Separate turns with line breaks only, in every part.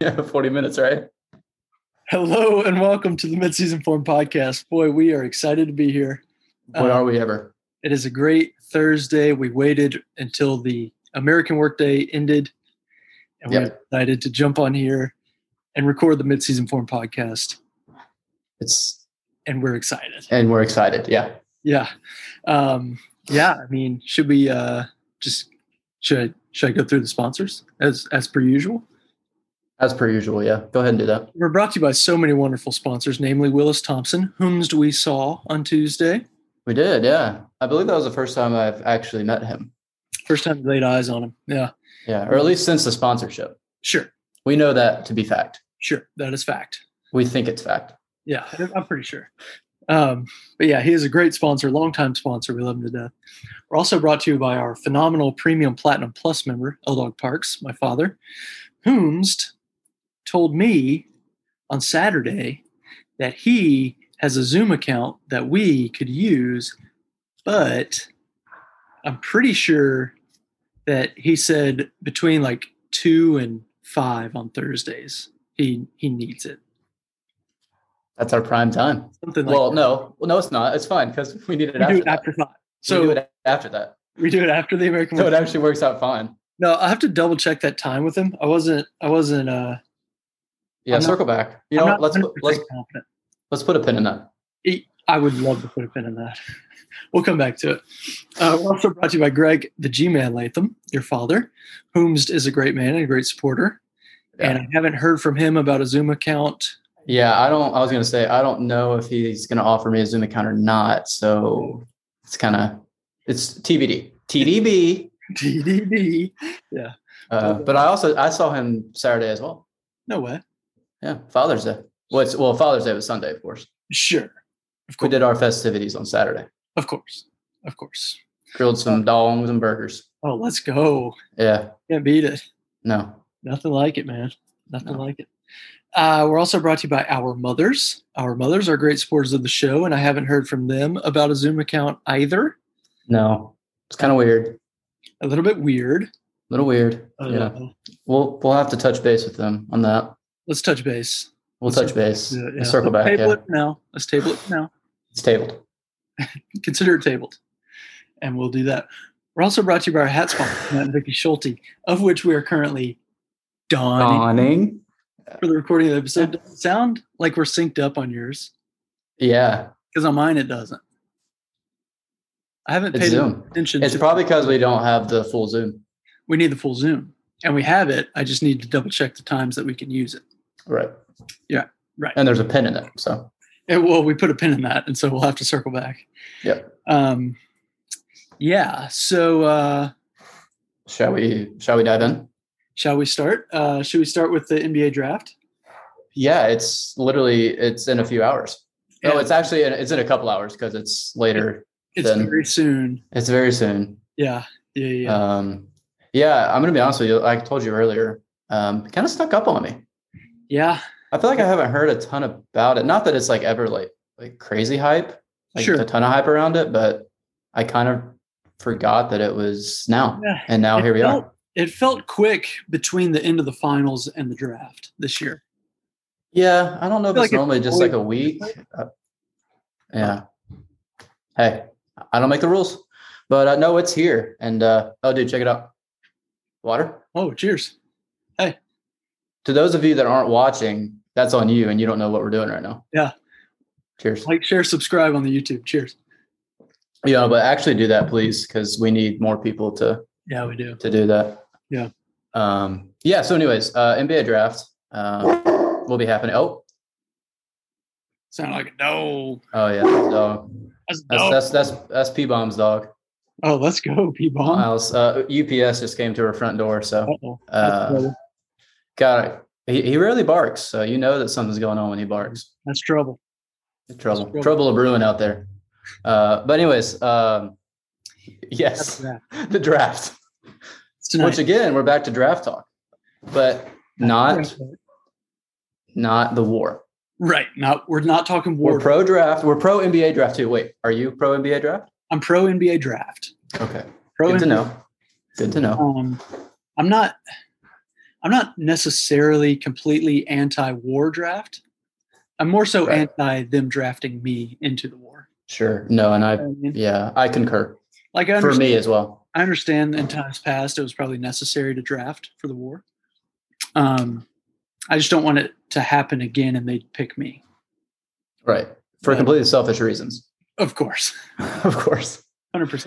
Yeah, 40 minutes, right?
Hello and welcome to the Midseason Form Podcast. Boy, we are excited to be here.
What
Um,
are we ever?
It is a great Thursday. We waited until the American workday ended, and we
Yep.
decided to jump on here and record the Midseason Form Podcast.
It's
And we're excited.
and we're excited. Yeah.
Yeah, um, yeah. I mean, should we uh, just should I, should I go through the sponsors as as per usual?
As per usual, yeah. Go ahead and do that.
We're brought to you by so many wonderful sponsors, namely Willis Thompson, whom we saw on Tuesday.
We did, yeah. I believe that was the first time I've actually met him.
First time I laid eyes on him. Yeah,
Yeah, or at least since the sponsorship.
sure.
We know that to be fact.
Sure, that is fact.
We think it's fact.
Yeah, I- I'm pretty sure. Um, but yeah, he is a great sponsor, longtime sponsor. We love him to death. We're also brought to you by our phenomenal Premium Platinum Plus member, L Dog Parks, my father, whomst told me on Saturday that he has a Zoom account that we could use, but I'm pretty sure that he said between like two and five on Thursdays. He he needs it.
That's our prime time.
Something like
Well, no, well, no, it's not. It's fine because we need it
we do
after
it
that.
after five.
So we do
So
it after that.
we do it after the American.
So it
Workday.
actually works out fine.
no, I have to double check that time with him. I wasn't. I wasn't. Uh,
Yeah,
I'm not-
circle back. You
I'm
know,
not
let's
100%
let's
confident.
let's put a pin in that.
I would love to put a pin in that. We'll come back to it. Uh, we're also brought to you by Greg, the G-Man Latham, your father, whomst is a great man and a great supporter.
Yeah.
And I haven't heard from him about a Zoom account.
Yeah, I don't. I was gonna say I don't know if he's gonna offer me a Zoom account or not. So it's kind of it's TBD. TDB.
TDD.
Uh, but I also I saw him Saturday as well.
No way.
Yeah, Father's Day. Well, it's, well, Father's Day was Sunday, of course.
Sure. Of
We
course.
did our festivities on Saturday.
Of course. Of course.
Grilled some dogs and burgers.
Oh, let's go.
Yeah.
Can't beat it.
No.
Nothing like it, man. Nothing
No.
like it. Uh, we're also brought to you by Our Mothers. Our Mothers are great supporters of the show, and I haven't heard from them about a Zoom account either.
No. It's kind of weird. A
A little bit weird.
little weird.
Uh,
yeah. We'll we'll have to touch base with them on that.
Let's touch base.
We'll
Let's
touch base.
Yeah,
We'll
yeah.
circle
Let's
back.
Table
Yeah.
it for now. Let's table it for now.
It's tabled.
Consider it tabled, and we'll do that. We're also brought to you by our hat sponsor, Matt and Vicky Schulte, of which we are currently donning
Dawning.
for the recording of the episode. Does it sound like we're synced up on yours?
Yeah.
Because on mine it doesn't. I haven't
It's
paid
Zoom.
attention.
It's
to-
probably because we don't have the full Zoom.
we need the full Zoom, and we have it. I just need to double check the times that we can use it.
Right.
Yeah, right.
And there's a pin in it. So
And well, we put a pin in that, and so we'll have to circle back.
Yep.
Um, yeah. So uh,
shall we shall we dive in?
shall we start? Uh, should we start with the NBA draft?
Yeah, it's literally it's in a few hours. No,
Yeah.
it's actually in, it's in a couple hours because it's later.
It's
Then-
very soon.
It's very soon.
Yeah. Yeah. Yeah. yeah.
Um, yeah, I'm gonna be honest with you. Like I told you earlier, um, kind of snuck up on me.
yeah.
I feel like I haven't heard a ton about it. Not that it's like ever like like crazy hype, like
Sure.
a ton of hype around it, but I kind of forgot that it was now.
Yeah.
And now
It
here we
felt-
are.
It felt quick between the end of the finals and the draft this year.
Yeah, I don't know if
feel
it's
like it
normally just like a week. Uh, yeah. Hey, I don't make the rules, but uh, no, it's here. And uh, oh, dude, check it out. Water.
Oh, cheers.
to those of you that aren't watching, that's on you and you don't know what we're doing right now.
Yeah.
Cheers.
Like, share, subscribe on the YouTube. Cheers.
Yeah, but actually do that, please, because we need more people to
Yeah, we do.
to do that.
Yeah.
Um, yeah. So, anyways, uh, NBA draft uh, will be happening. Oh,
Sound like a no.
oh yeah. So
That's a
that's
no.
that's that's that's P bombs dog.
Oh, let's go, P bomb.
Miles, uh, UPS just came to her front door. So,
Uh-oh. That's
uh,
trouble.
got it. He, he rarely barks, so you know that something's going on when he barks.
That's trouble.
trouble
trouble.
trouble a brewing out there uh but anyways um
That's
yes
that.
the draft
It's tonight.
which again we're back to draft talk but not not the war
right. Not we're not talking
we're
war.
pro draft we're pro nba draft too wait are you pro nba draft
I'm pro NBA draft.
okay
Pro
good to
NBA
know good to know
Um, I'm not. I'm not necessarily completely anti-war draft. I'm more so
Right.
anti them drafting me into the war.
Sure. No, and I,
You know what I mean?
yeah, I concur
Like I
for
understand,
me as well.
I understand in times past it was probably necessary to draft for the war. Um, I just don't want it to happen again and they'd pick me.
Right. For
Yeah.
completely selfish reasons,
Of course.
of course.
100%.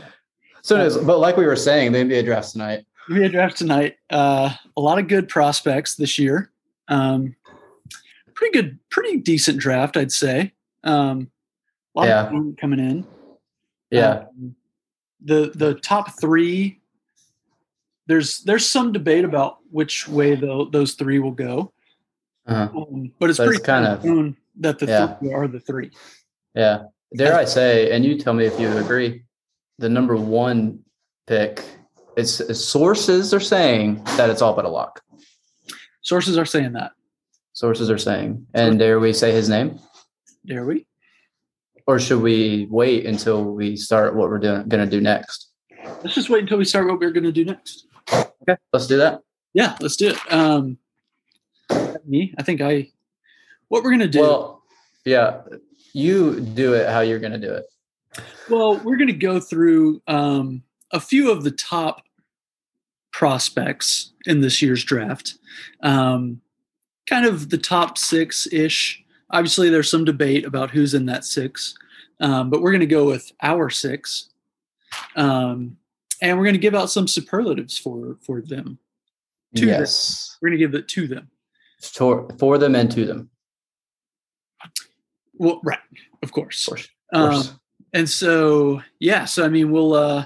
So, anyways, but like we were saying, the NBA drafts tonight.
NBA draft tonight. Uh, a lot of good prospects this year. Um, pretty good, pretty decent draft, I'd say. Um, a lot
Yeah.
of talent coming in.
Yeah.
Um, the the top three. There's there's some debate about which way tho- those three will go,
Uh-huh.
um, but it's
So it's
pretty
kind of-
known that the
yeah.
three are the three.
Yeah. Dare I say, and you tell me if you agree, the number one pick, it's, it's sources are saying that it's all but a lock.
Sources are saying that.
Sources are saying. And dare we say his name?
Dare we?
Or should we wait until we start what we're doing, going to do next?
Let's just wait until we start what we're going to do next.
Okay. Let's do that.
Yeah, let's do it. Um, me, I think I. What we're gonna do? Well,
Well, yeah, you do it how you're going to do it.
we're gonna go through um, a few of the top prospects in this year's draft. Um, kind of the top six ish. Obviously, there's some debate about who's in that six, um, but we're gonna go with our six, um, and we're gonna give out some superlatives for for them. To them.
yes.
We're gonna give it to them.
For, for them and to them.
Well, right, of course.
Of course. Of
Um,
course.
and so yeah so i mean we'll uh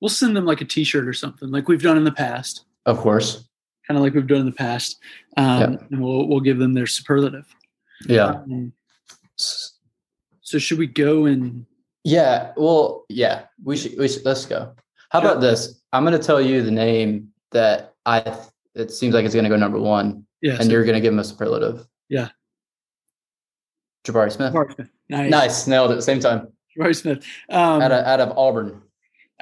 we'll send them like a t-shirt or something like we've done in the past
of course.
kind of like we've done in the past um and we'll we'll give them their superlative
Yeah.
Um, so should we go and
Yeah. Well, yeah. We should. We should. Let's go. How
Sure.
about this? I'm going to tell you the name that I. It seems like it's going to go number one,
yeah
and
so-
you're going to give him a superlative.
Yeah.
Jabari Smith.
Jabari Smith. nice,
Nice, nailed it. Same time.
Jabari Smith. Um,
out of out of Auburn.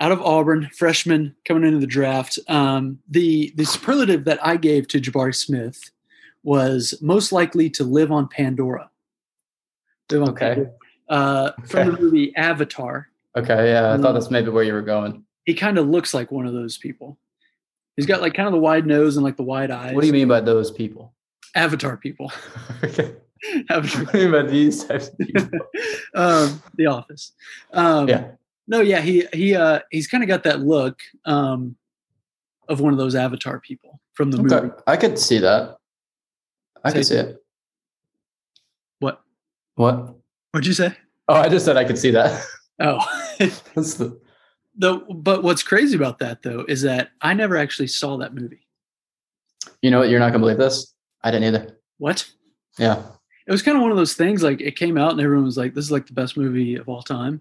out of Auburn, freshman coming into the draft. Um, the the superlative that I gave to Jabari Smith was most likely to live on Pandora. Live on
Okay.
Pandora. Uh, From the
Okay.
movie Avatar,
Okay. Yeah, I thought
Mm.
that's maybe where you were going.
he kind of looks like one of those people. He's got like kind of the wide nose and like the wide eyes.
What do you mean by those people?
Avatar people.
okay.
Avatar.
What do you mean by these types of people?
Um, the Office. Um,
yeah.
No, yeah, he he uh, he's kind of got that look um, of one of those Avatar people from the movie.
Okay. I could see that. I could see
Say-
it.
What?
What?
What'd you say?
Oh, I just said I could see that.
Oh,
That's the
the but what's crazy about that though is that I never actually saw that movie.
You know what? You're not gonna believe this. I didn't either.
What?
Yeah.
It was kind of one of those things. Like it came out and everyone was like, "This is like the best movie of all time."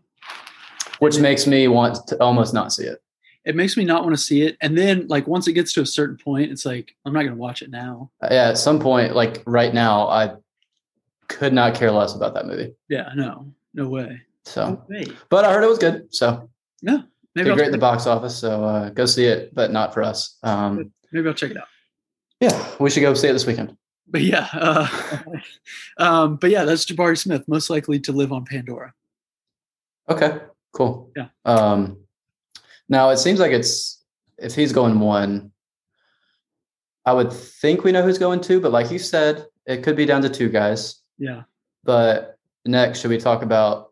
Which makes me want to almost not see it.
It makes me not want to see it. And then like once it gets to a certain point, it's like I'm not going to watch it now.
Yeah. At some point, like right now, I could not care less about that movie.
Yeah, no, no way.
So,
way.
but I heard it was good. So
Maybe
did
I'll,
great at the
check,
box office. So uh, go see it, but not for us. Um,
maybe I'll check it out.
yeah, we should go see it this weekend.
But yeah, uh, um, but yeah, that's Jabari Smith, most likely to live on Pandora.
Okay. Cool.
Yeah.
Um, now it seems like it's if he's going one, I would think we know who's going two, but like you said, it could be down to two guys.
Yeah,
But next, should we talk about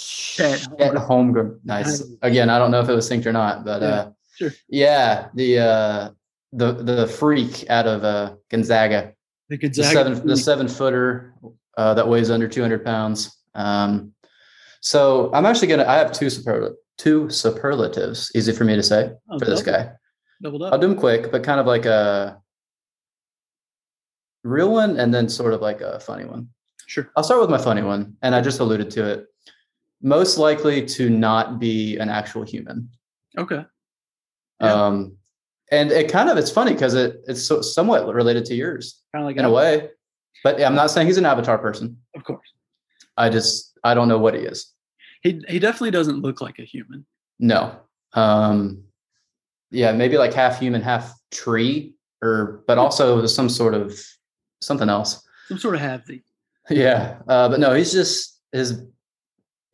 Chet
Chet Holmgren? Nice.
Nice.
Again, I don't know if it was synced or not, but
Um, Yeah,
uh,
sure.
yeah, the uh, the the freak out of uh, Gonzaga,
the
the
Gonzaga.
seven the seven footer uh, that weighs under two hundred pounds. Um, so I'm actually gonna. I have two superlative two superlatives. Easy for me to say
Oh,
for this
double-
guy.
Doubled
I'll
up.
do them quick, but kind of like a real one and then sort of like a funny one.
Sure.
I'll start with my funny one, and I just alluded to it. Most likely to not be an actual human.
Okay. Yeah.
Um, and it kind of it's funny because it it's so, somewhat related to yours
Kind of like
in a way. But I'm not saying he's an avatar person.
Of course.
I just I don't know what he is.
He he definitely doesn't look like a human.
No. Um, yeah, maybe like half human, half tree or but also some sort of something else.
Some sort of have the
Yeah, uh, but no, he's just his.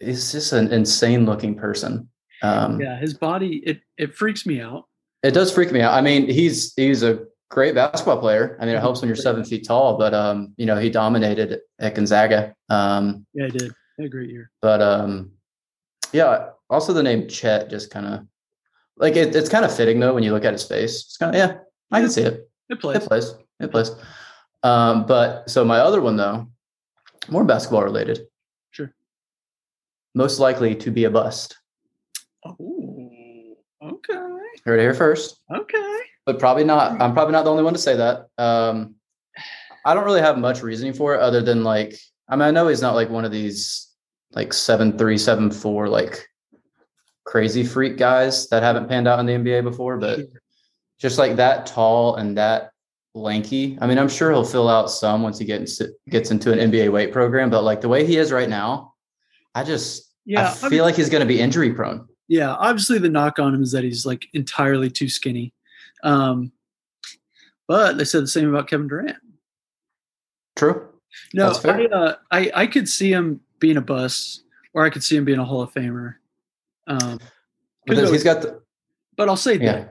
He's just an insane looking person. Um,
yeah. His body it it freaks me out.
It does freak me out. I mean, he's he's a great basketball player. I mean, it helps when you're seven feet tall, but um, you know, he dominated at Gonzaga. Um,
Yeah, I did. He had a great year.
but um, yeah. Also, the name Chet just kind of like it, it's kind of fitting though when you look at his face. It's kind of yeah, I can see it.
Good
It
place.
plays. It plays. Um, but so my other one though, more basketball related.
Sure.
Most likely to be a bust.
Oh, okay.
Heard it here first,
Okay.
but probably not.
Hmm.
I'm probably not the only one to say that. Um, I don't really have much reasoning for it other than like I mean I know he's not like one of these like seven three seven four like crazy freak guys that haven't panned out in the NBA before, but
Sure.
just like that tall and that lanky. I mean, I'm sure he'll fill out some once he gets gets into an NBA weight program, but like the way he is right now, I just I
yeah, I
feel
mean,
like he's going to be injury prone.
yeah. Obviously, the knock on him is that he's like entirely too skinny. Um, but they said the same about Kevin Durant.
True.
No,
That's fair.
I, uh, I I could see him being a bust, or I could see him being a Hall of Famer. Um,
But
Could
then
go-
he's got the
but I'll say
Yeah.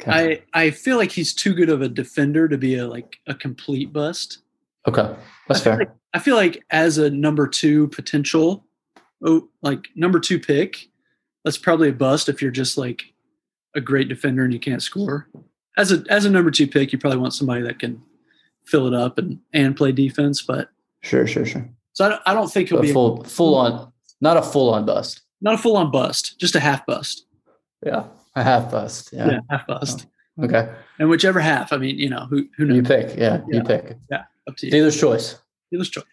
that I I feel like he's too good of a defender to be a like a complete bust.
Okay. That's
I feel
fair.
like- I feel like as a number two potential, oh, like number two pick, that's probably a bust if you're just like a great defender and you can't score. As a as a number two pick, you probably want somebody that can fill it up and and play defense. But
Sure, sure, sure.
so I don't, I don't think he'll
But
be a-
full full on not a full on bust.
not a full on bust, just a half bust.
Yeah. A half bust.
Yeah, Oh.
Yeah.
half bust.
Okay.
And whichever half, I mean, you know, who who
You
knows?
pick. Yeah, You
Yeah.
pick.
Up to you.
Dealer's choice.
Dealer's choice.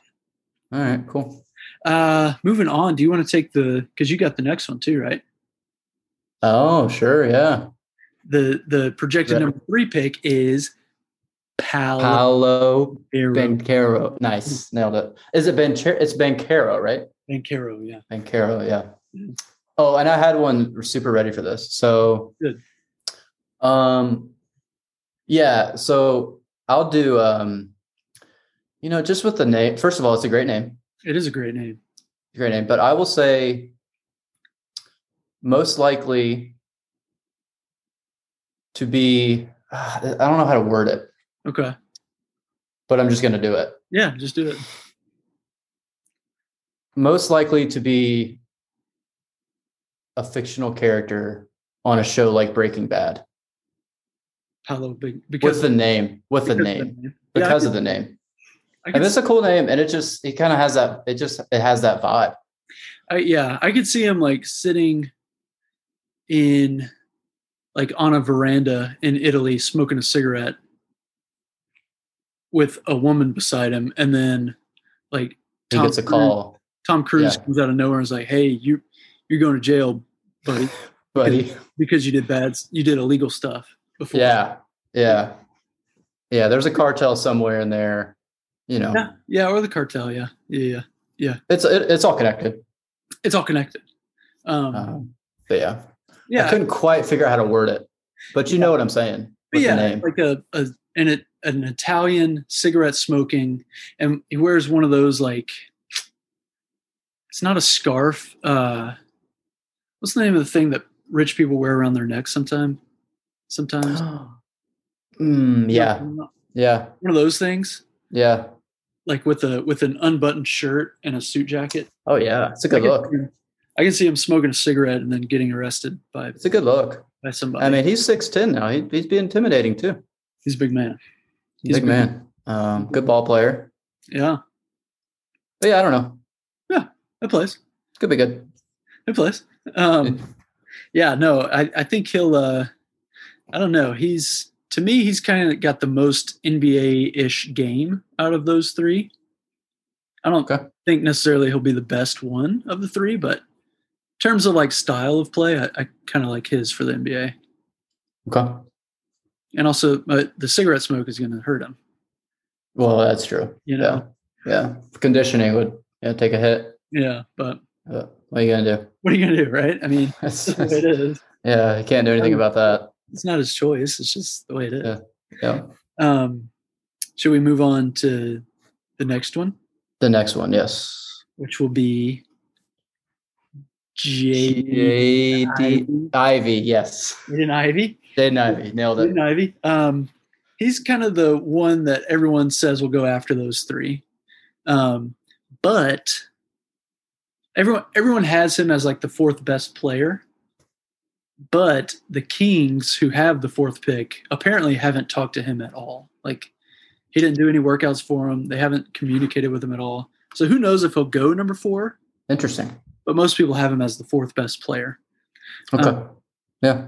All right, cool.
Uh, moving on. Do you want to take the? Because you got the next one too, right?
Oh, sure, yeah.
The the projected
Right.
number three pick is Pal
Paolo
Bancaro.
Bancaro. Nice. Nailed it. Is it Bancaro? It's Bancaro, right?
Bancaro, yeah.
Bancaro, yeah.
Mm-hmm.
Oh, and I had one super ready for this. So
Good.
Um yeah, so I'll do um you know, just with the name. First of all, it's a great name.
It is a great name.
Great name, but I will say most likely to be ah, I don't know how to word it,
Okay.
but I'm just going to do it.
Yeah, just do it.
most likely to be a fictional character on a show like Breaking Bad
Palo Big
with
because
the name, with the
because of the
name,
name. Yeah, I
because
could-
of the name.
I
And
could,
it's a cool name, and it just it kind of has that. It just it has that vibe.
I, yeah, I could see him like sitting in like on a veranda in Italy smoking a cigarette with a woman beside him and then like
He
Tom
gets a
Cruise-
call,
Tom Cruise
Yeah.
comes out of nowhere and is like, "Hey, you you're going to jail, buddy,
buddy.
because you did bad you did illegal stuff before."
Yeah, yeah, yeah. There's a cartel somewhere in there. You know,
Yeah, yeah, or the cartel, yeah. Yeah, yeah.
it's it, it's all connected.
It's all connected. Um,
Um, but yeah,
yeah,
I couldn't quite figure out how to word it, but you know what I'm saying.
But
With
yeah,
the name.
like a, a an an Italian cigarette smoking, and he wears one of those like it's not a scarf. Uh, what's the name of the thing that rich people wear around their neck sometime? Sometimes,
um, Mm, yeah, yeah,
one of those things,
yeah.
like with a with an unbuttoned shirt and a suit jacket.
Oh yeah, it's a good
I can
look.
see him- I can see him smoking a cigarette and then getting arrested by
It's a good look.
by somebody.
I mean, he's six ten now. He, he'd be intimidating too.
he's a big man.
He's
He's
big
a
man. Um, good ball player.
Yeah,
But yeah, I don't know.
that plays.
Could be good.
It plays. Um, yeah, no, I, I think he'll. Uh, I don't know. He's to me, he's kind of got the most NBA ish game out of those three. I don't
Okay.
think necessarily he'll be the best one of the three, but in terms of like style of play, I, I kind of like his for the NBA.
Okay.
And also, uh, the cigarette smoke is going to hurt him.
Well, that's true.
You know.
Yeah. Yeah. Conditioning would yeah, take a hit.
Yeah. but
Uh, what are you gonna do?
what are you going to do, right? I mean,
That's-
that's the way it is.
Um, yeah, you can't do anything about that.
it's not his choice. It's just the way it is.
Yeah. Yeah.
Um, should we move on to the next one,
The next one, yes.
which will be J.
JD
Ivy.
Ivy, yes.
Jaden Ivy.
Jaden Ivy, nailed it.
Jaden Ivy. Um, he's kind of the one that everyone says will go after those three, um, but everyone everyone has him as like the fourth best player. But the Kings, who have the fourth pick, apparently haven't talked to him at all. Like he didn't do any workouts for him. They haven't communicated with him at all. So who knows if he'll go number four?
Interesting.
But most people have him as the fourth best player.
Okay.
Um,
yeah.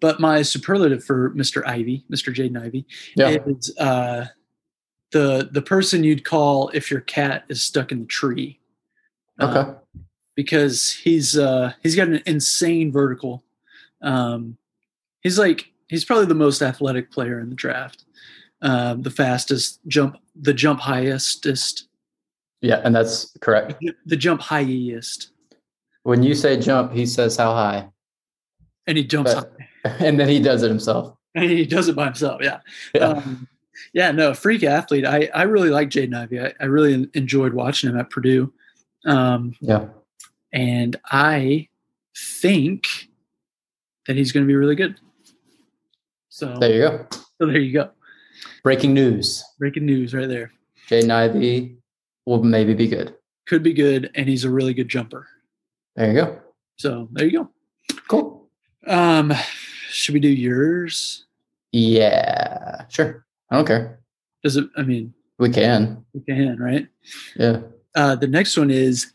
But my superlative for Mr. Ivy, Mr. Jaden Ivy,
Yeah.
is uh, the the person you'd call if your cat is stuck in the tree. Uh,
okay.
because he's uh, he's got an insane vertical. Um, he's like he's probably the most athletic player in the draft. Um, the fastest jump, the jump highestest,
Yeah, and that's correct.
the jump highest,
When you say jump, he says how high,
and he jumps
But-
high,
and then he does it himself.
and he does it by himself. Yeah.
Yeah.
um, yeah, no, freak athlete. I, I really like Jaden Ivey. I, I really en- enjoyed watching him at Purdue. Um,
yeah.
and I think that he's going to be really good. So
There you go.
so there you go.
Breaking news:
Breaking news right there.
Jaden Ivy will maybe be good.
Could be good, and he's a really good jumper.
There you go.
So there you
Cool.
go. Um, should we do yours?
Yeah. Sure. I don't care.
Does it? I mean,
We can.
we can, right?
Yeah.
Uh, the next one is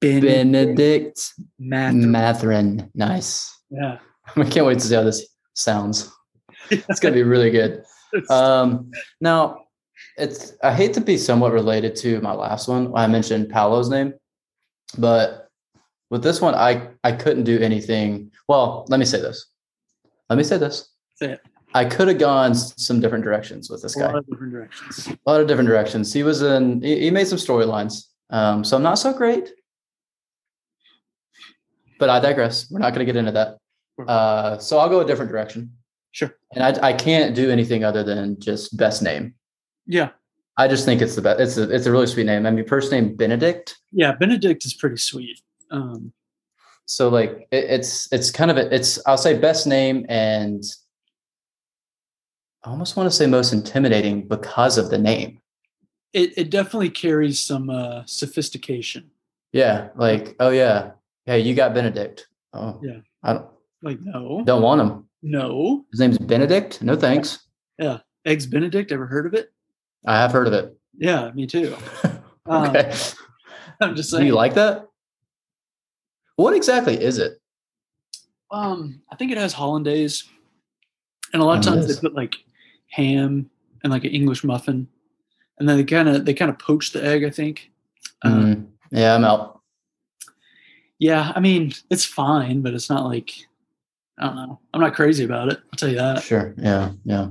Benedict,
Benedict Mm.
Mather.
Matherin. Nice.
yeah.
I can't wait to see how this sounds. It's gonna be really good. Um, now, it's I hate to be somewhat related to my last one. I mentioned Paolo's name, but with this one, I I couldn't do anything. Well, let me say this. Let me say this.
Say it.
I could have gone s- some different directions with this
a
guy.
lot of different directions.
A lot of different directions. He was in. He, he made some storylines. Um, some not so great. But I digress. We're not going to get into that. Uh, so I'll go a different direction.
Sure.
And I, I can't do anything other than just best name.
Yeah.
I just think it's the best. It's a, it's a really sweet name. I mean, first name Benedict.
Yeah. Benedict is pretty sweet. Um,
So like it, it's it's kind of a, it's I'll say best name and I almost want to say most intimidating because of the name.
it, it definitely carries some uh, sophistication.
Yeah, like oh yeah, hey you got Benedict. Oh
Yeah.
I don't
Like, no,
don't want him.
no.
His name's Benedict. No thanks.
Eggs Benedict, ever heard of it?
I have heard of it.
Yeah, me too. Um,
okay,
I'm just
do
saying.
you like that? What exactly is it?
um, I think it has hollandaise, and a lot of times they
Hollandaise.
put like ham and like an English muffin, and then they kind of they kind of poach the egg. I think. Um,
Mm, yeah, I'm out.
yeah, I mean it's fine, but it's not like I don't know. I'm not crazy about it. I'll tell you that.
Sure. Yeah. Yeah.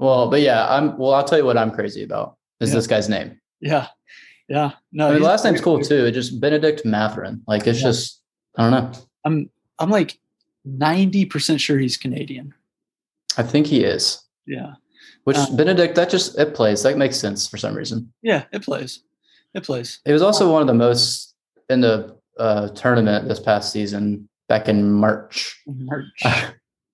Well, but yeah, I'm. Well, I'll tell you what I'm crazy about is
Yeah.
this guy's name.
Yeah, yeah. No,
I mean,
he's-
last name's cool too. It just Benedict Matherin. Like it's
Yeah.
just I don't know.
I'm I'm like ninety percent sure he's Canadian.
I think he is.
Yeah,
Which
Uh,
Benedict that just it plays that makes sense for some reason.
yeah. It plays. It plays.
It was also one of the most in the uh, tournament this past season back in March.
Merch.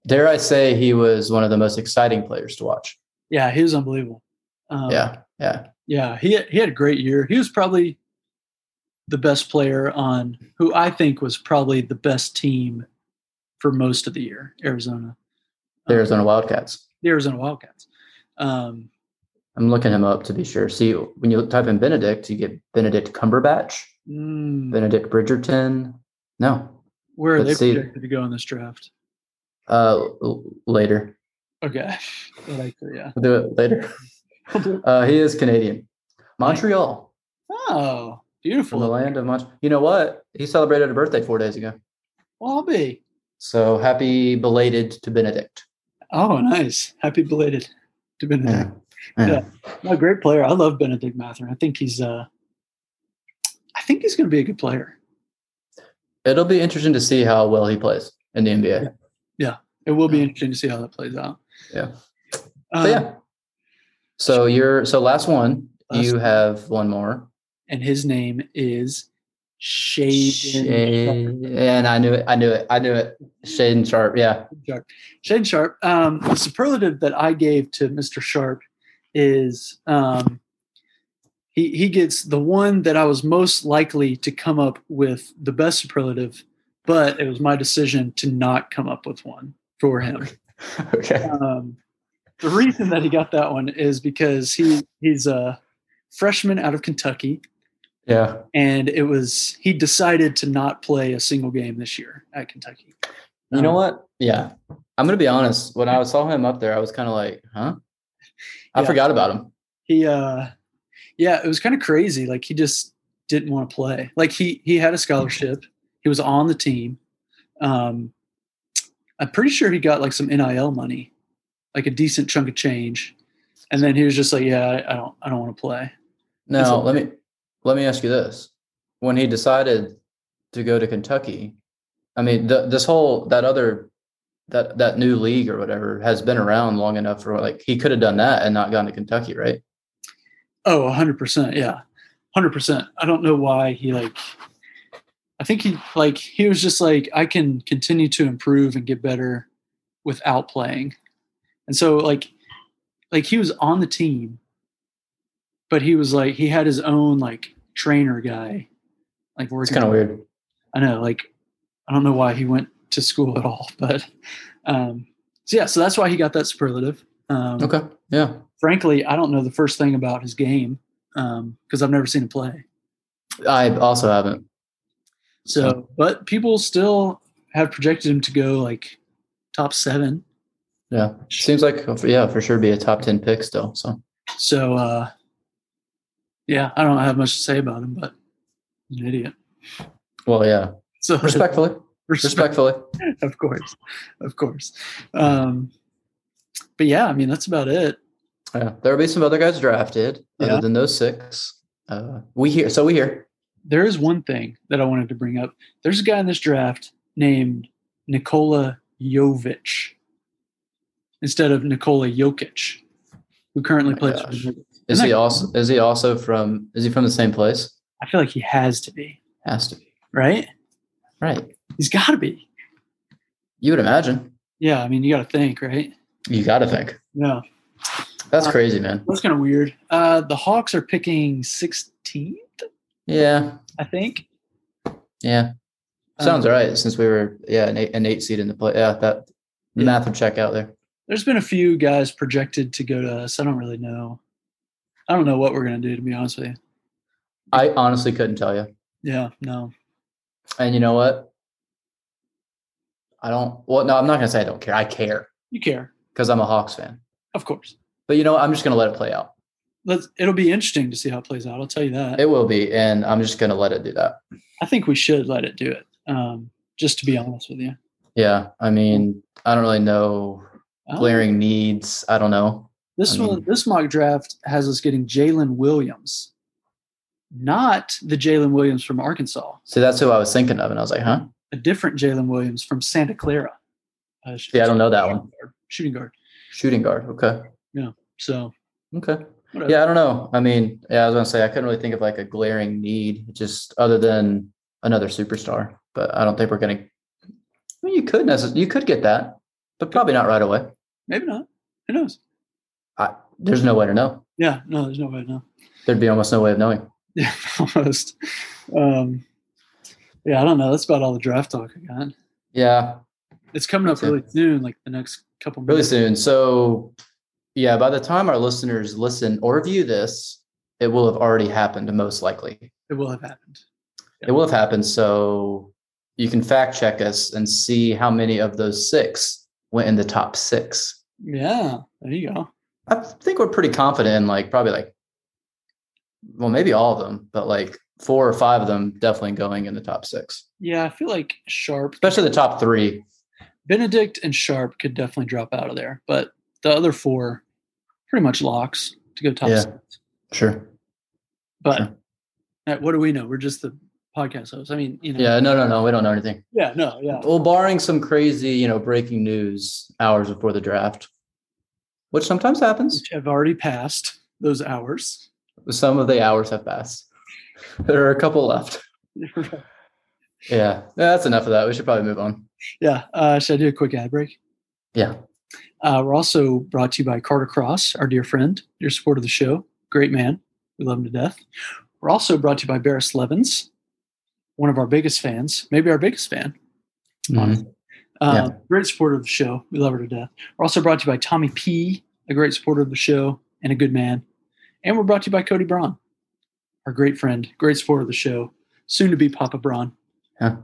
Dare I say he was one of the most exciting players to watch?
yeah, he was unbelievable. Um,
yeah, yeah,
Yeah, he he had a great year. He was probably the best player on who I think was probably the best team for most of the year, Arizona.
the Arizona Wildcats.
The Arizona Wildcats. Um,
I'm looking him up to be sure. See, when you type in Benedict, you get Benedict Cumberbatch.
mm,
Benedict Bridgerton. No,
where are they
let's see.
projected to go in this draft?
uh, l- later.
Okay, But I- yeah.
We'll do it later. Uh, he is Canadian. Montreal,
Oh,
from the
beautiful.
land of Montreal. You know what? He celebrated a birthday four days ago.
Well, I'll be.
So happy belated to Benedict.
Oh, nice. Happy belated to Benedict.
Yeah. Yeah.
Yeah. No, great player. I love Benedict Mather. I think he's. uh I think he's going to be a good player.
It'll be interesting to see how well he plays in the NBA.
Yeah. It will be interesting to see how that plays out.
Yeah.
Um,
so yeah. So you're so last one.
Last
you
one.
have one more.
And his name is Shaden.
Shane, and I knew it. I knew it. I knew it. Shaden Sharp. Yeah.
Sharp. Shane Sharp. Um, the superlative that I gave to Mr. Sharp is um, he he gets the one that I was most likely to come up with the best superlative, but it was my decision to not come up with one for him.
okay.
Um, the reason that he got that one is because he he's a freshman out of Kentucky,
Yeah.
and it was he decided to not play a single game this year at Kentucky.
You know
Um,
what? Yeah. I'm gonna be honest. When I saw him up there, I was kind of like, huh? I
Yeah.
forgot about him.
he uh yeah it was kind of crazy like he just didn't want to play like he he had a scholarship he was on the team um i'm pretty sure he got like some nil money like a decent chunk of change and then he was just like yeah i, I don't i don't want to play It's
Now
okay.
let me let me ask you this: When he decided to go to Kentucky, I
Mm-hmm.
mean, th- this whole that other that that new league or whatever has been around long enough for like he could have done that and not gone to Kentucky, right?
oh 100% yeah 100% i don't know why he like i think he like he was just like i can continue to improve and get better without playing and so like like he was on the team but he was like he had his own like trainer guy like
It's
working
kind of weird.
i know like i don't know why he went to school at all but um so yeah so that's why he got that superlative um
Okay, yeah,
frankly, I don't know the first thing about his game because I've never seen him play.
I also haven't.
So, but people still have projected him to go like top seven.
Yeah, seems like oh, yeah for sure be a top ten pick still. So
So, uh, yeah, I don't have much to say about him, but he's an idiot.
well, yeah,
So
respectfully,
respect,
respectfully,
of course, of course. Um, but yeah, I mean that's about it.
yeah. There will be some other guys drafted
Yeah.
other than those six. Uh, we hear so we hear.
There is one thing that I wanted to bring up. There's a guy in this draft named Nikola Jovic instead of Nikola Jokic, who currently
Oh my
plays. for
gosh.
the-
Is
Isn't
he
that-
also is he also from is he from the same place?
I feel like he has to be
Has to be.
right.
Right.
He's got to be.
You would imagine.
Yeah, I mean, you got to think, right?
You got to think.
Yeah,
That's
Uh,
crazy, man.
that's kind of weird. Uh, the Hawks are picking 16th,
Yeah.
I think.
Yeah. Sounds
Um,
right. Since we were, yeah, an eight, an eight seed in the play. Yeah. That the
Yeah.
math would check out there.
There's been a few guys projected to go to us. I don't really know. I don't know what we're gonna do, to be honest with you.
I honestly couldn't tell you.
Yeah, no.
And you know what? I don't, well, no, I'm not going to say I don't care. I care
You care,
because I'm a Hawks fan.
of course.
But you know, what? I'm just going to let it play out.
let's it'll be interesting to see how it plays out. I'll tell you that.
It will be. And I'm just going to let it do that.
I think we should let it do it. Um, just to be honest with you.
Yeah. I mean, I don't really know
Oh,
glaring needs. I don't know.
this
I mean-
one, this mock draft has us getting Jalen Williams, not the Jalen Williams from Arkansas,
See, that's who I was thinking of. And I was like, huh?
a different Jalen Williams from Santa Clara. Uh, sh-
Yeah, I don't know that one.
guard, Shooting guard.
Shooting guard. Okay.
So
Okay.
whatever.
Yeah, I don't know. I mean, yeah, I was gonna say I couldn't really think of like a glaring need, just other than another superstar. But I don't think we're gonna. I mean, you could necess- you could get that, but probably not right away.
maybe not. Who knows?
I, there's no way to know.
Yeah, no, there's no way to know.
There'd be almost no way of knowing.
Yeah, almost. Um, yeah, I don't know. That's about all the draft talk I got.
Yeah,
It's coming up
That's it.
really soon, like the next couple
really
minutes.
soon. So, yeah, by the time our listeners listen or view this, it will have already happened, most likely.
It will have happened.
It will have happened. So you can fact check us and see how many of those six went in the top six.
Yeah, there you go.
I think we're pretty confident in like probably like, well, maybe all of them, but like four or five of them definitely going in the top six,
Yeah, I feel like Sharp,
especially the top three.
Benedict, and Sharp could definitely drop out of there, but the other four, pretty much locks to go top.
Yeah.
six.
Sure.
But
Sure.
uh, what do we know? We're just the podcast host. I mean, you know.
Yeah, no, no, no. We don't know anything.
Yeah. No. Yeah.
Well, barring some crazy, you know, breaking news hours before the draft, which sometimes happens.
Which have already passed those hours.
Some of the hours have passed. There are a couple left. Yeah, that's enough of that. We should probably move on.
yeah. Uh, should I do a quick ad break?
Yeah.
Uh, we're also brought to you by Carter Cross, our dear friend, your support of the show. Great man. We love him to death. We're also brought to you by Barris Levins, one of our biggest fans, maybe our biggest fan.
Mhm.
Uh, Great supporter of the show. We love her to death. We're also brought to you by Tommy P, a great supporter of the show and a good man. And we're brought to you by Cody Braun, our great friend, great supporter of the show, soon to be Papa Braun.
Yeah.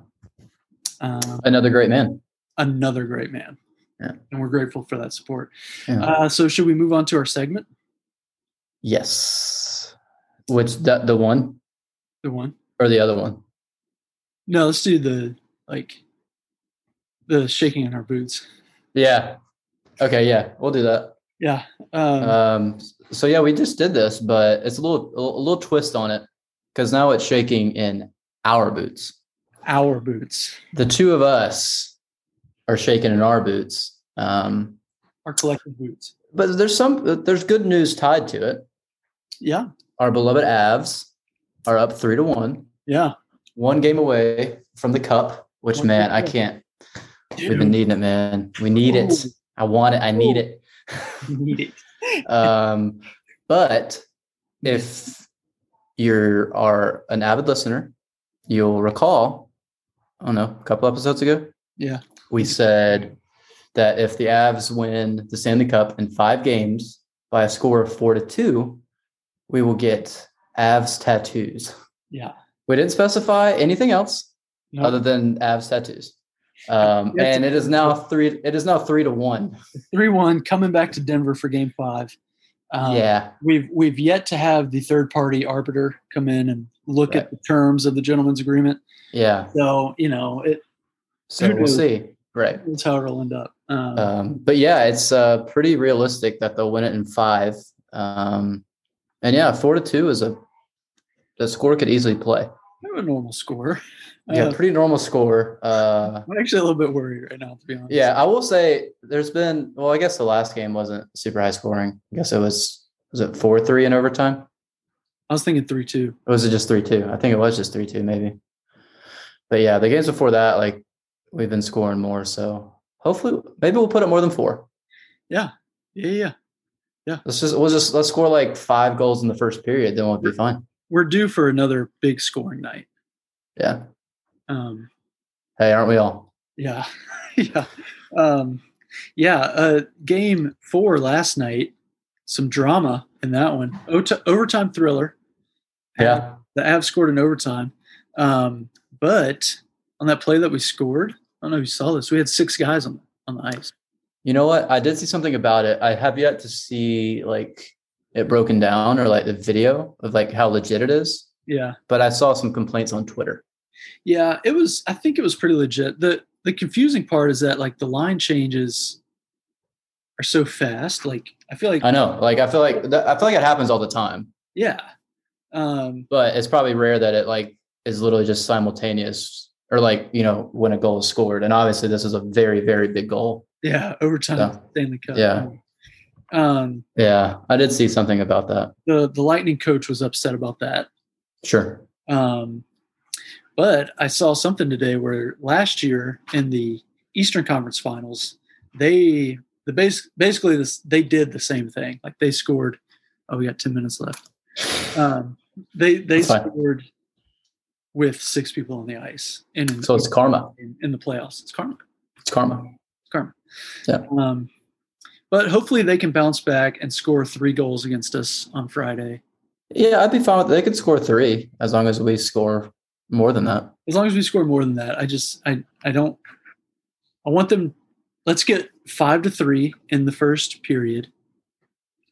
Um,
Another great man.
another great man.
Yeah.
And we're grateful for that support.
Yeah.
Uh, so, should we move on to our segment?
Yes. Which that the one
The one?
or the other one?
No, let's do the like the shaking in our boots.
Yeah. Okay. Yeah, we'll do that.
Yeah. Um,
Um. So yeah, we just did this, but it's a little a little twist on it because now it's shaking in our boots.
our boots,
The two of us are shaking in our boots. Um.
our collective boots.
But there's some there's good news tied to it.
Yeah.
Our beloved Avs are up three to one.
Yeah.
one game away from the cup, which
One
man,
game
I
away.
can't. We've been needing it, man. We need it.
Ooh.
I want it. I need it.
Need it.
Um, but if you are an avid listener, you'll recall, I don't know, a couple episodes ago.
Yeah.
We said that if the Avs win the Stanley Cup in five games by a score of four to two, we will get Avs tattoos.
Yeah.
We didn't specify anything else
No.
other than Avs tattoos. Um,
That's-
and it is now three. It is now three to one.
3 1 coming back to Denver for game five. Um,
yeah,
We've we've yet to have the third party arbiter come in and look
Right.
at the terms of the gentleman's agreement.
yeah.
So you know it,
So
who
we'll
knew?
see. Right.
it's how it'll end up. Um,
Um, but yeah, it's uh, pretty realistic that they'll win it in five. Um, and yeah, four to two is a the score could easily play.
kind of a normal score.
Yeah,
Uh,
pretty normal score. Uh,
I'm actually a little bit worried right now, to be honest.
yeah, I will say there's been. Well, I guess the last game wasn't super high scoring. I guess it was. Was it four three in overtime?
I was thinking three two.
Or was it just three two? I think it was just three two, maybe. But yeah, the games before that, like we've been scoring more. So hopefully, maybe we'll put up more than four.
Yeah, yeah.
Let's just we'll just let's score like five goals in the first period, then we'll be fine.
We're due for another big scoring night.
Yeah.
Um,
Hey, aren't we all?
yeah, yeah, um, yeah. Uh, game four last night, some drama in that one. Ota- overtime thriller. Uh,
Yeah.
the Avs scored in overtime. Um, but on that play that we scored, I don't know if you saw this. We had six guys on on the ice.
You know what? I did see something about it. I have yet to see like it broken down or like the video of like how legit it is.
Yeah,
But I saw some complaints on Twitter.
yeah. It was. I think it was pretty legit. the The confusing part is that like the line changes are so fast. Like I feel like
I know. Like I feel like that, I feel like it happens all the time,
yeah. Um,
but it's probably rare that it like is literally just simultaneous or like you know when a goal is scored. And obviously, this is a very very big goal.
Yeah, overtime
Yeah.
Stanley Cup.
Yeah.
Um,
Yeah, I did see something about that.
the the Lightning coach was upset about that.
Sure.
Um, but I saw something today where last year in the Eastern Conference Finals, they the base basically this they did the same thing. Like they scored. Oh, we got ten minutes left. Um, they they
That's fine.
scored with six people on the ice in an
So it's karma.
in, in the playoffs. It's karma.
It's karma.
Karma.
Yeah.
Um, but hopefully they can bounce back and score three goals against us on Friday.
Yeah, I'd be fine with. They could score three as long as we score more than that.
As long as we score more than that, I just I I don't I want them. Let's get five to three in the first period,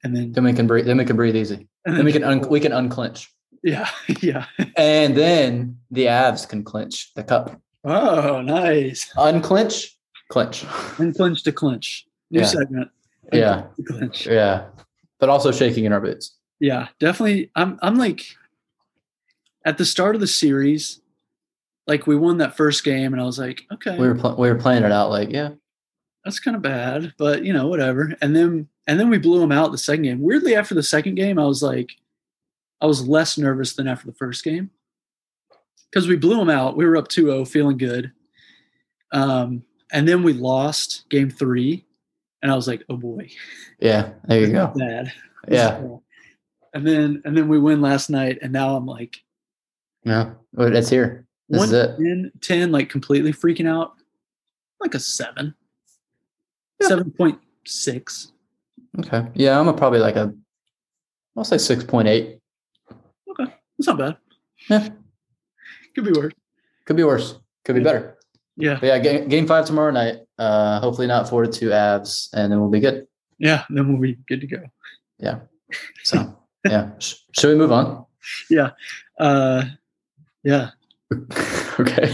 and then,
Then we can breathe. Then we can breathe easy. Then
and then
we can un- we can unclench,
yeah yeah.
and then the Avs can clinch the cup.
Oh, nice.
Unclench, clinch.
And clinch to clinch. New
Yeah.
segment.
Yeah,
To clinch.
yeah. But also shaking in our boots.
Yeah, definitely. I'm I'm like at the start of the series, Like we won that first game, and I was like, okay,
We were pl- we were playing it out like, yeah,
that's kind of bad, but you know, whatever. And then and then we blew them out the second game. Weirdly, after the second game, I was like, I was less nervous than after the first game because we blew them out. We were up 2-0, feeling good. Um, and then we lost game three, and I was like, oh boy,
yeah. There you go.
bad.
Yeah,
And then and then we win last night, and now I'm like
yeah. Well, It's here. This
one
is it.
10, 10, like completely freaking out, like a seven,
Yeah.
seven point six.
Okay. Yeah, I'm a, probably like a, I'll say six point eight.
That's not bad.
Yeah,
Could be worse.
could be worse. Could be better.
Yeah.
But yeah, game, game five tomorrow night. Uh, hopefully not four to two abs, and then we'll be good.
Yeah, then we'll be good to go.
So yeah, Sh- should we move on?
Uh, yeah.
okay.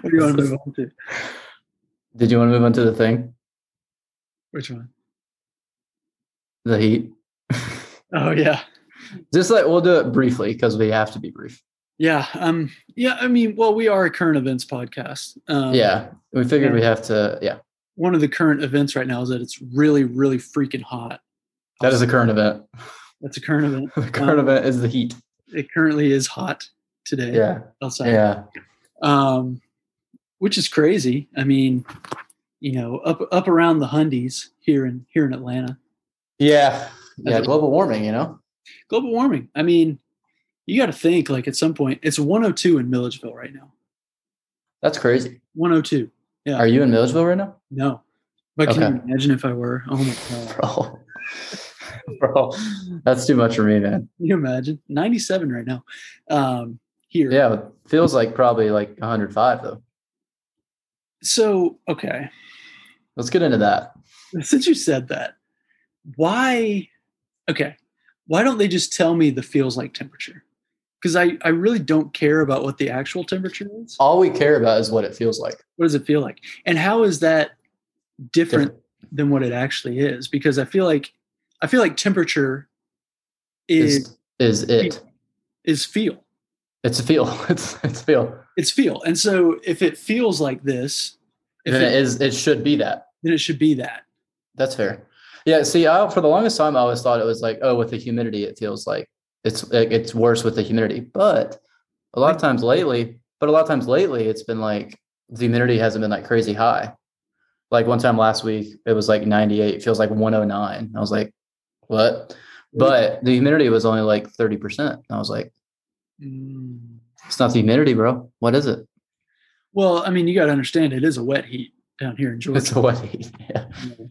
What do you want to move on to?
Did you want to move on to the thing,
Which one?
the heat?
Oh yeah,
Just like we'll do it briefly because we have to be brief.
yeah. Um, yeah. I mean, well, we are a current events podcast. Um,
yeah, we figured
yeah.
we have to. Yeah,
One of the current events right now is that it's really, really freaking hot.
that is the current event.
That's a current event.
The current event is the heat.
It currently is hot today
Yeah,
outside.
yeah,
um, which is crazy. I mean, you know, up up around the Hundies here in here in Atlanta,
yeah, yeah. Global warming, you know.
global warming. I mean, you got to think like at some point it's 102 in Milledgeville right now.
That's crazy.
102.
Are you in Millsville right now?
No, but can
Okay.
you imagine if I were? Oh my god,
Bro. Bro, that's too much for me, man.
can you imagine 97 right now um, here.
Yeah, it feels like probably like 105 though.
So okay,
Let's get into that.
since you said that, why? Okay, why don't they just tell me the feels like temperature? Because I, I really don't care about what the actual temperature is.
All we care about is what it feels like.
What does it feel like? And how is that different,
Different.
than what it actually is? Because I feel like I feel like temperature is
Is is it?
is feel.
It's a feel. It's it's feel.
It's feel. And so if it feels like this, if
Then
it,
it is. It should be that.
then it should be that.
That's fair. Yeah. See, I for the longest time I always thought it was like, oh, with the humidity, it feels like it's like, it's worse with the humidity. But a lot of times lately, but a lot of times lately, it's been like the humidity hasn't been like crazy high. Like one time last week, it was like 98. It feels like 109. I was like, what? But the humidity was only like 30%. I was like,
Mm.
it's not the humidity, bro. What is it?
Well, I mean, you got to understand it is a wet heat down here in
It's
Georgia.
a wet heat. Yeah.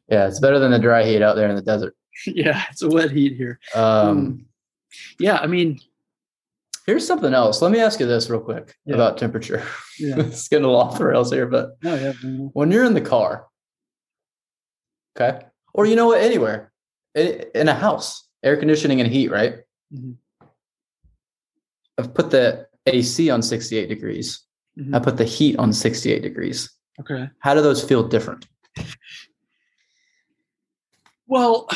yeah. It's better than the dry heat out there in the desert.
yeah, it's a wet heat here.
Um,
Yeah, I mean,
Here's something else. Let me ask you this real quick
Yeah.
about temperature.
yeah,
it's getting a little off the rails here, but
no, yeah, no,
when you're in the car, okay, or you know what, anywhere i- in a house, air conditioning and heat, right?
Mhm.
I've put the AC on 68 degrees.
mhm.
I put the heat on 68 degrees.
okay.
How do those feel different?
Well,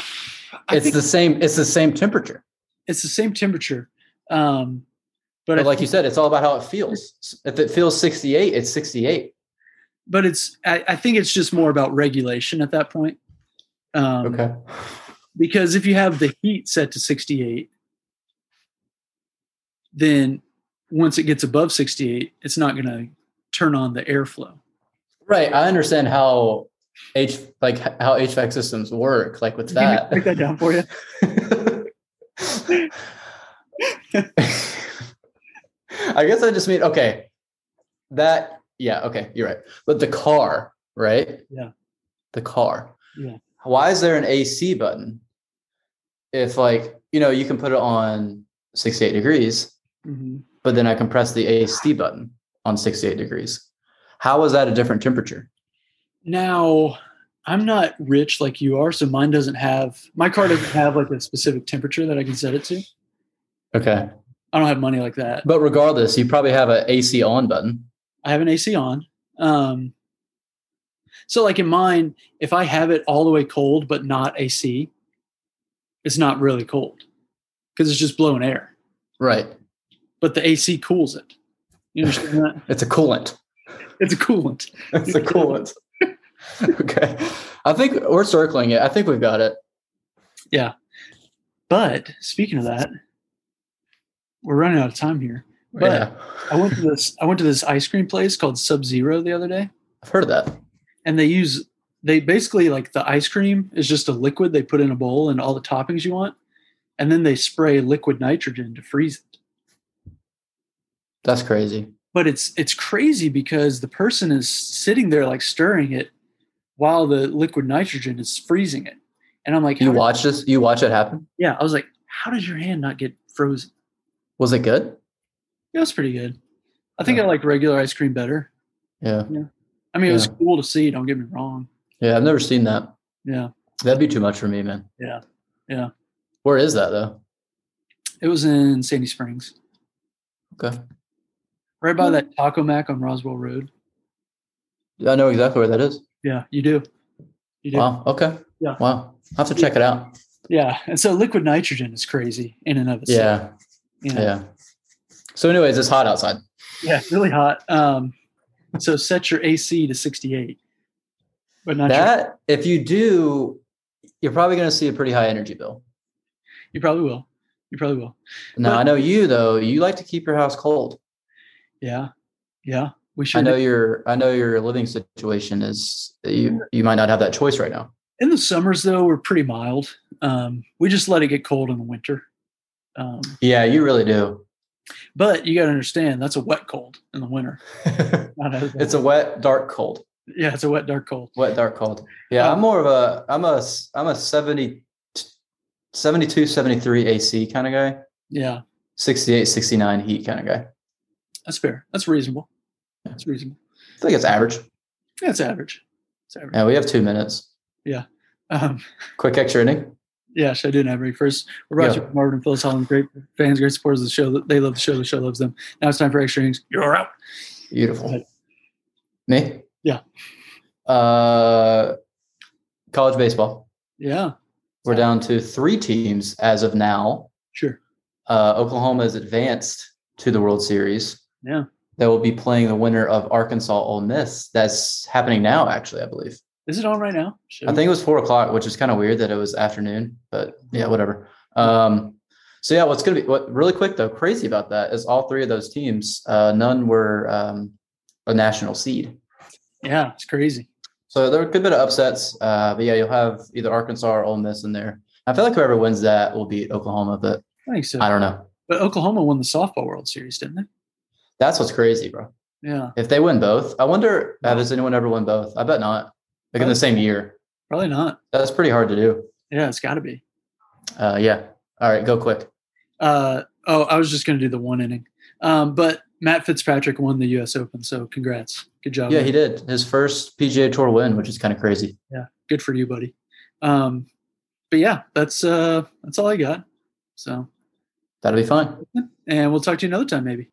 I
it's
think
the same. It's the same temperature,
it's the same temperature, um, but
but,
I
like
think-
you said, it's all about how it feels. If it feels 68, it's 68.
but it's I, I think it's just more about regulation at that point. Um,
Okay.
Because if you have the heat set to 68, then once it gets above 68, it's not going to turn on the airflow.
Right. I understand how H like h- how HVAC systems work, like with
Can you
that.
break that down for you?
I guess I just mean okay. That yeah, okay, you're right. But the car, right?
Yeah.
The car.
Yeah.
Why is there an AC button? If like, you know, you can put it on 68 degrees,
hmm
but then I can press the AC button on 68 degrees. How is that a different temperature?
Now, I'm not rich like you are, so mine doesn't have my car doesn't have like a specific temperature that I can set it to.
Okay.
I don't have money like that.
But regardless, you probably have an AC on button.
I have an AC on. Um, so, like in mine, if I have it all the way cold but not AC, it's not really cold because it's just blowing air.
Right.
But the AC cools it. You understand that?
It's a coolant.
It's a coolant.
It's a coolant. okay. I think we're circling it. I think we've got it.
But speaking of that, we're running out of time here. But
yeah.
I went to this I went to this ice cream place called Sub Zero the other day,
I've heard of that.
and they use they basically like the ice cream is just a liquid they put in a bowl and all the toppings you want, and then they spray liquid nitrogen to freeze it.
That's crazy.
but it's it's crazy because the person is sitting there like stirring it while the liquid nitrogen is freezing it and i'm like
You
how-
watch this? You watch it happen?
yeah i was like how does your hand not get frozen
Was it good?
yeah, it was pretty good i think
Yeah.
i like regular ice cream better
Yeah.
i mean it was
Yeah.
cool to see don't get me wrong
Yeah. I've never seen that.
yeah
That'd be too much for me, man.
Yeah. Yeah.
Where is that though?
it was in sandy springs
Okay.
right by that taco mac on roswell road
I know exactly where that is.
yeah you do you do
Wow. Okay.
Yeah.
Wow. I have to check it out.
yeah and so liquid nitrogen is crazy in and of itself
Yeah.
you know?
Yeah. So, anyways, it's hot outside.
Yeah, it's really hot. Um, so set your AC to 68, but not your,
That if you do, you're probably going to see a pretty high energy bill.
you probably will. You probably will.
Now,
But-
I know you though. You like to keep your house cold.
Yeah, yeah. We
I
should.
know your I know your living situation is you you might not have that choice right now.
In the summers though, we're pretty mild. Um, we just let it get cold in the winter. Um,
Yeah, you really do.
but you got to understand that's a wet cold in the winter.
it's
Not a,
a wet, dark cold.
yeah, it's a wet dark cold.
Wet, dark cold. Yeah, I'm more of a I'm a s- I'm a 70 72 73 AC kind of guy.
Yeah,
68 69 heat kind of guy.
that's fair. That's reasonable. That's reasonable.
I think it's average.
That's average. It's average.
Yeah, we have 2 minutes.
Um,
Quick extra inning.
Yeah, should I do an every first? We're brought to you
Yeah.
by Marvin and Phyllis Holland, great fans, great supporters of the show. They love the show. The show loves them. Now it's time for extra innings. You're out.
Beautiful.
Right.
Me?
Yeah.
Uh college baseball.
Yeah,
We're down to 3 teams as of now.
sure.
uh, Oklahoma has advanced to the World Series.
Yeah.
That will be playing the winner of Arkansas Ole Miss. That's happening now, actually, I believe.
Is it on right now? Should
I
we-
think it was four o'clock, which is kind of weird that it was afternoon, but yeah, whatever. Um, so yeah, what's going to be what really quick though, crazy about that is all three of those teams, uh, none were um, a national seed.
Yeah, it's crazy.
So there are a good bit of upsets, uh, but yeah, you'll have either Arkansas or Ole Miss in there. I feel like whoever wins that will beat Oklahoma, but
I think so.
I don't know.
But Oklahoma won the softball World Series, didn't
That's what's crazy, bro.
they? Yeah,
If they win both, I wonder uh, does anyone ever win both? I bet not. Like in the same year,
probably not.
that's pretty hard to do.
Yeah, it's got to be.
Uh, yeah. All right, go quick.
Uh, oh, I was just going to do the one inning. Um, but Matt Fitzpatrick won the U.S. Open, so congrats. Good job.
Yeah,
man.
he did his first PGA Tour win, which is kind of crazy.
good for you, buddy. Um, but yeah, that's uh, that's all I got. So,
That'll be fun.
and we'll talk to you another time, maybe.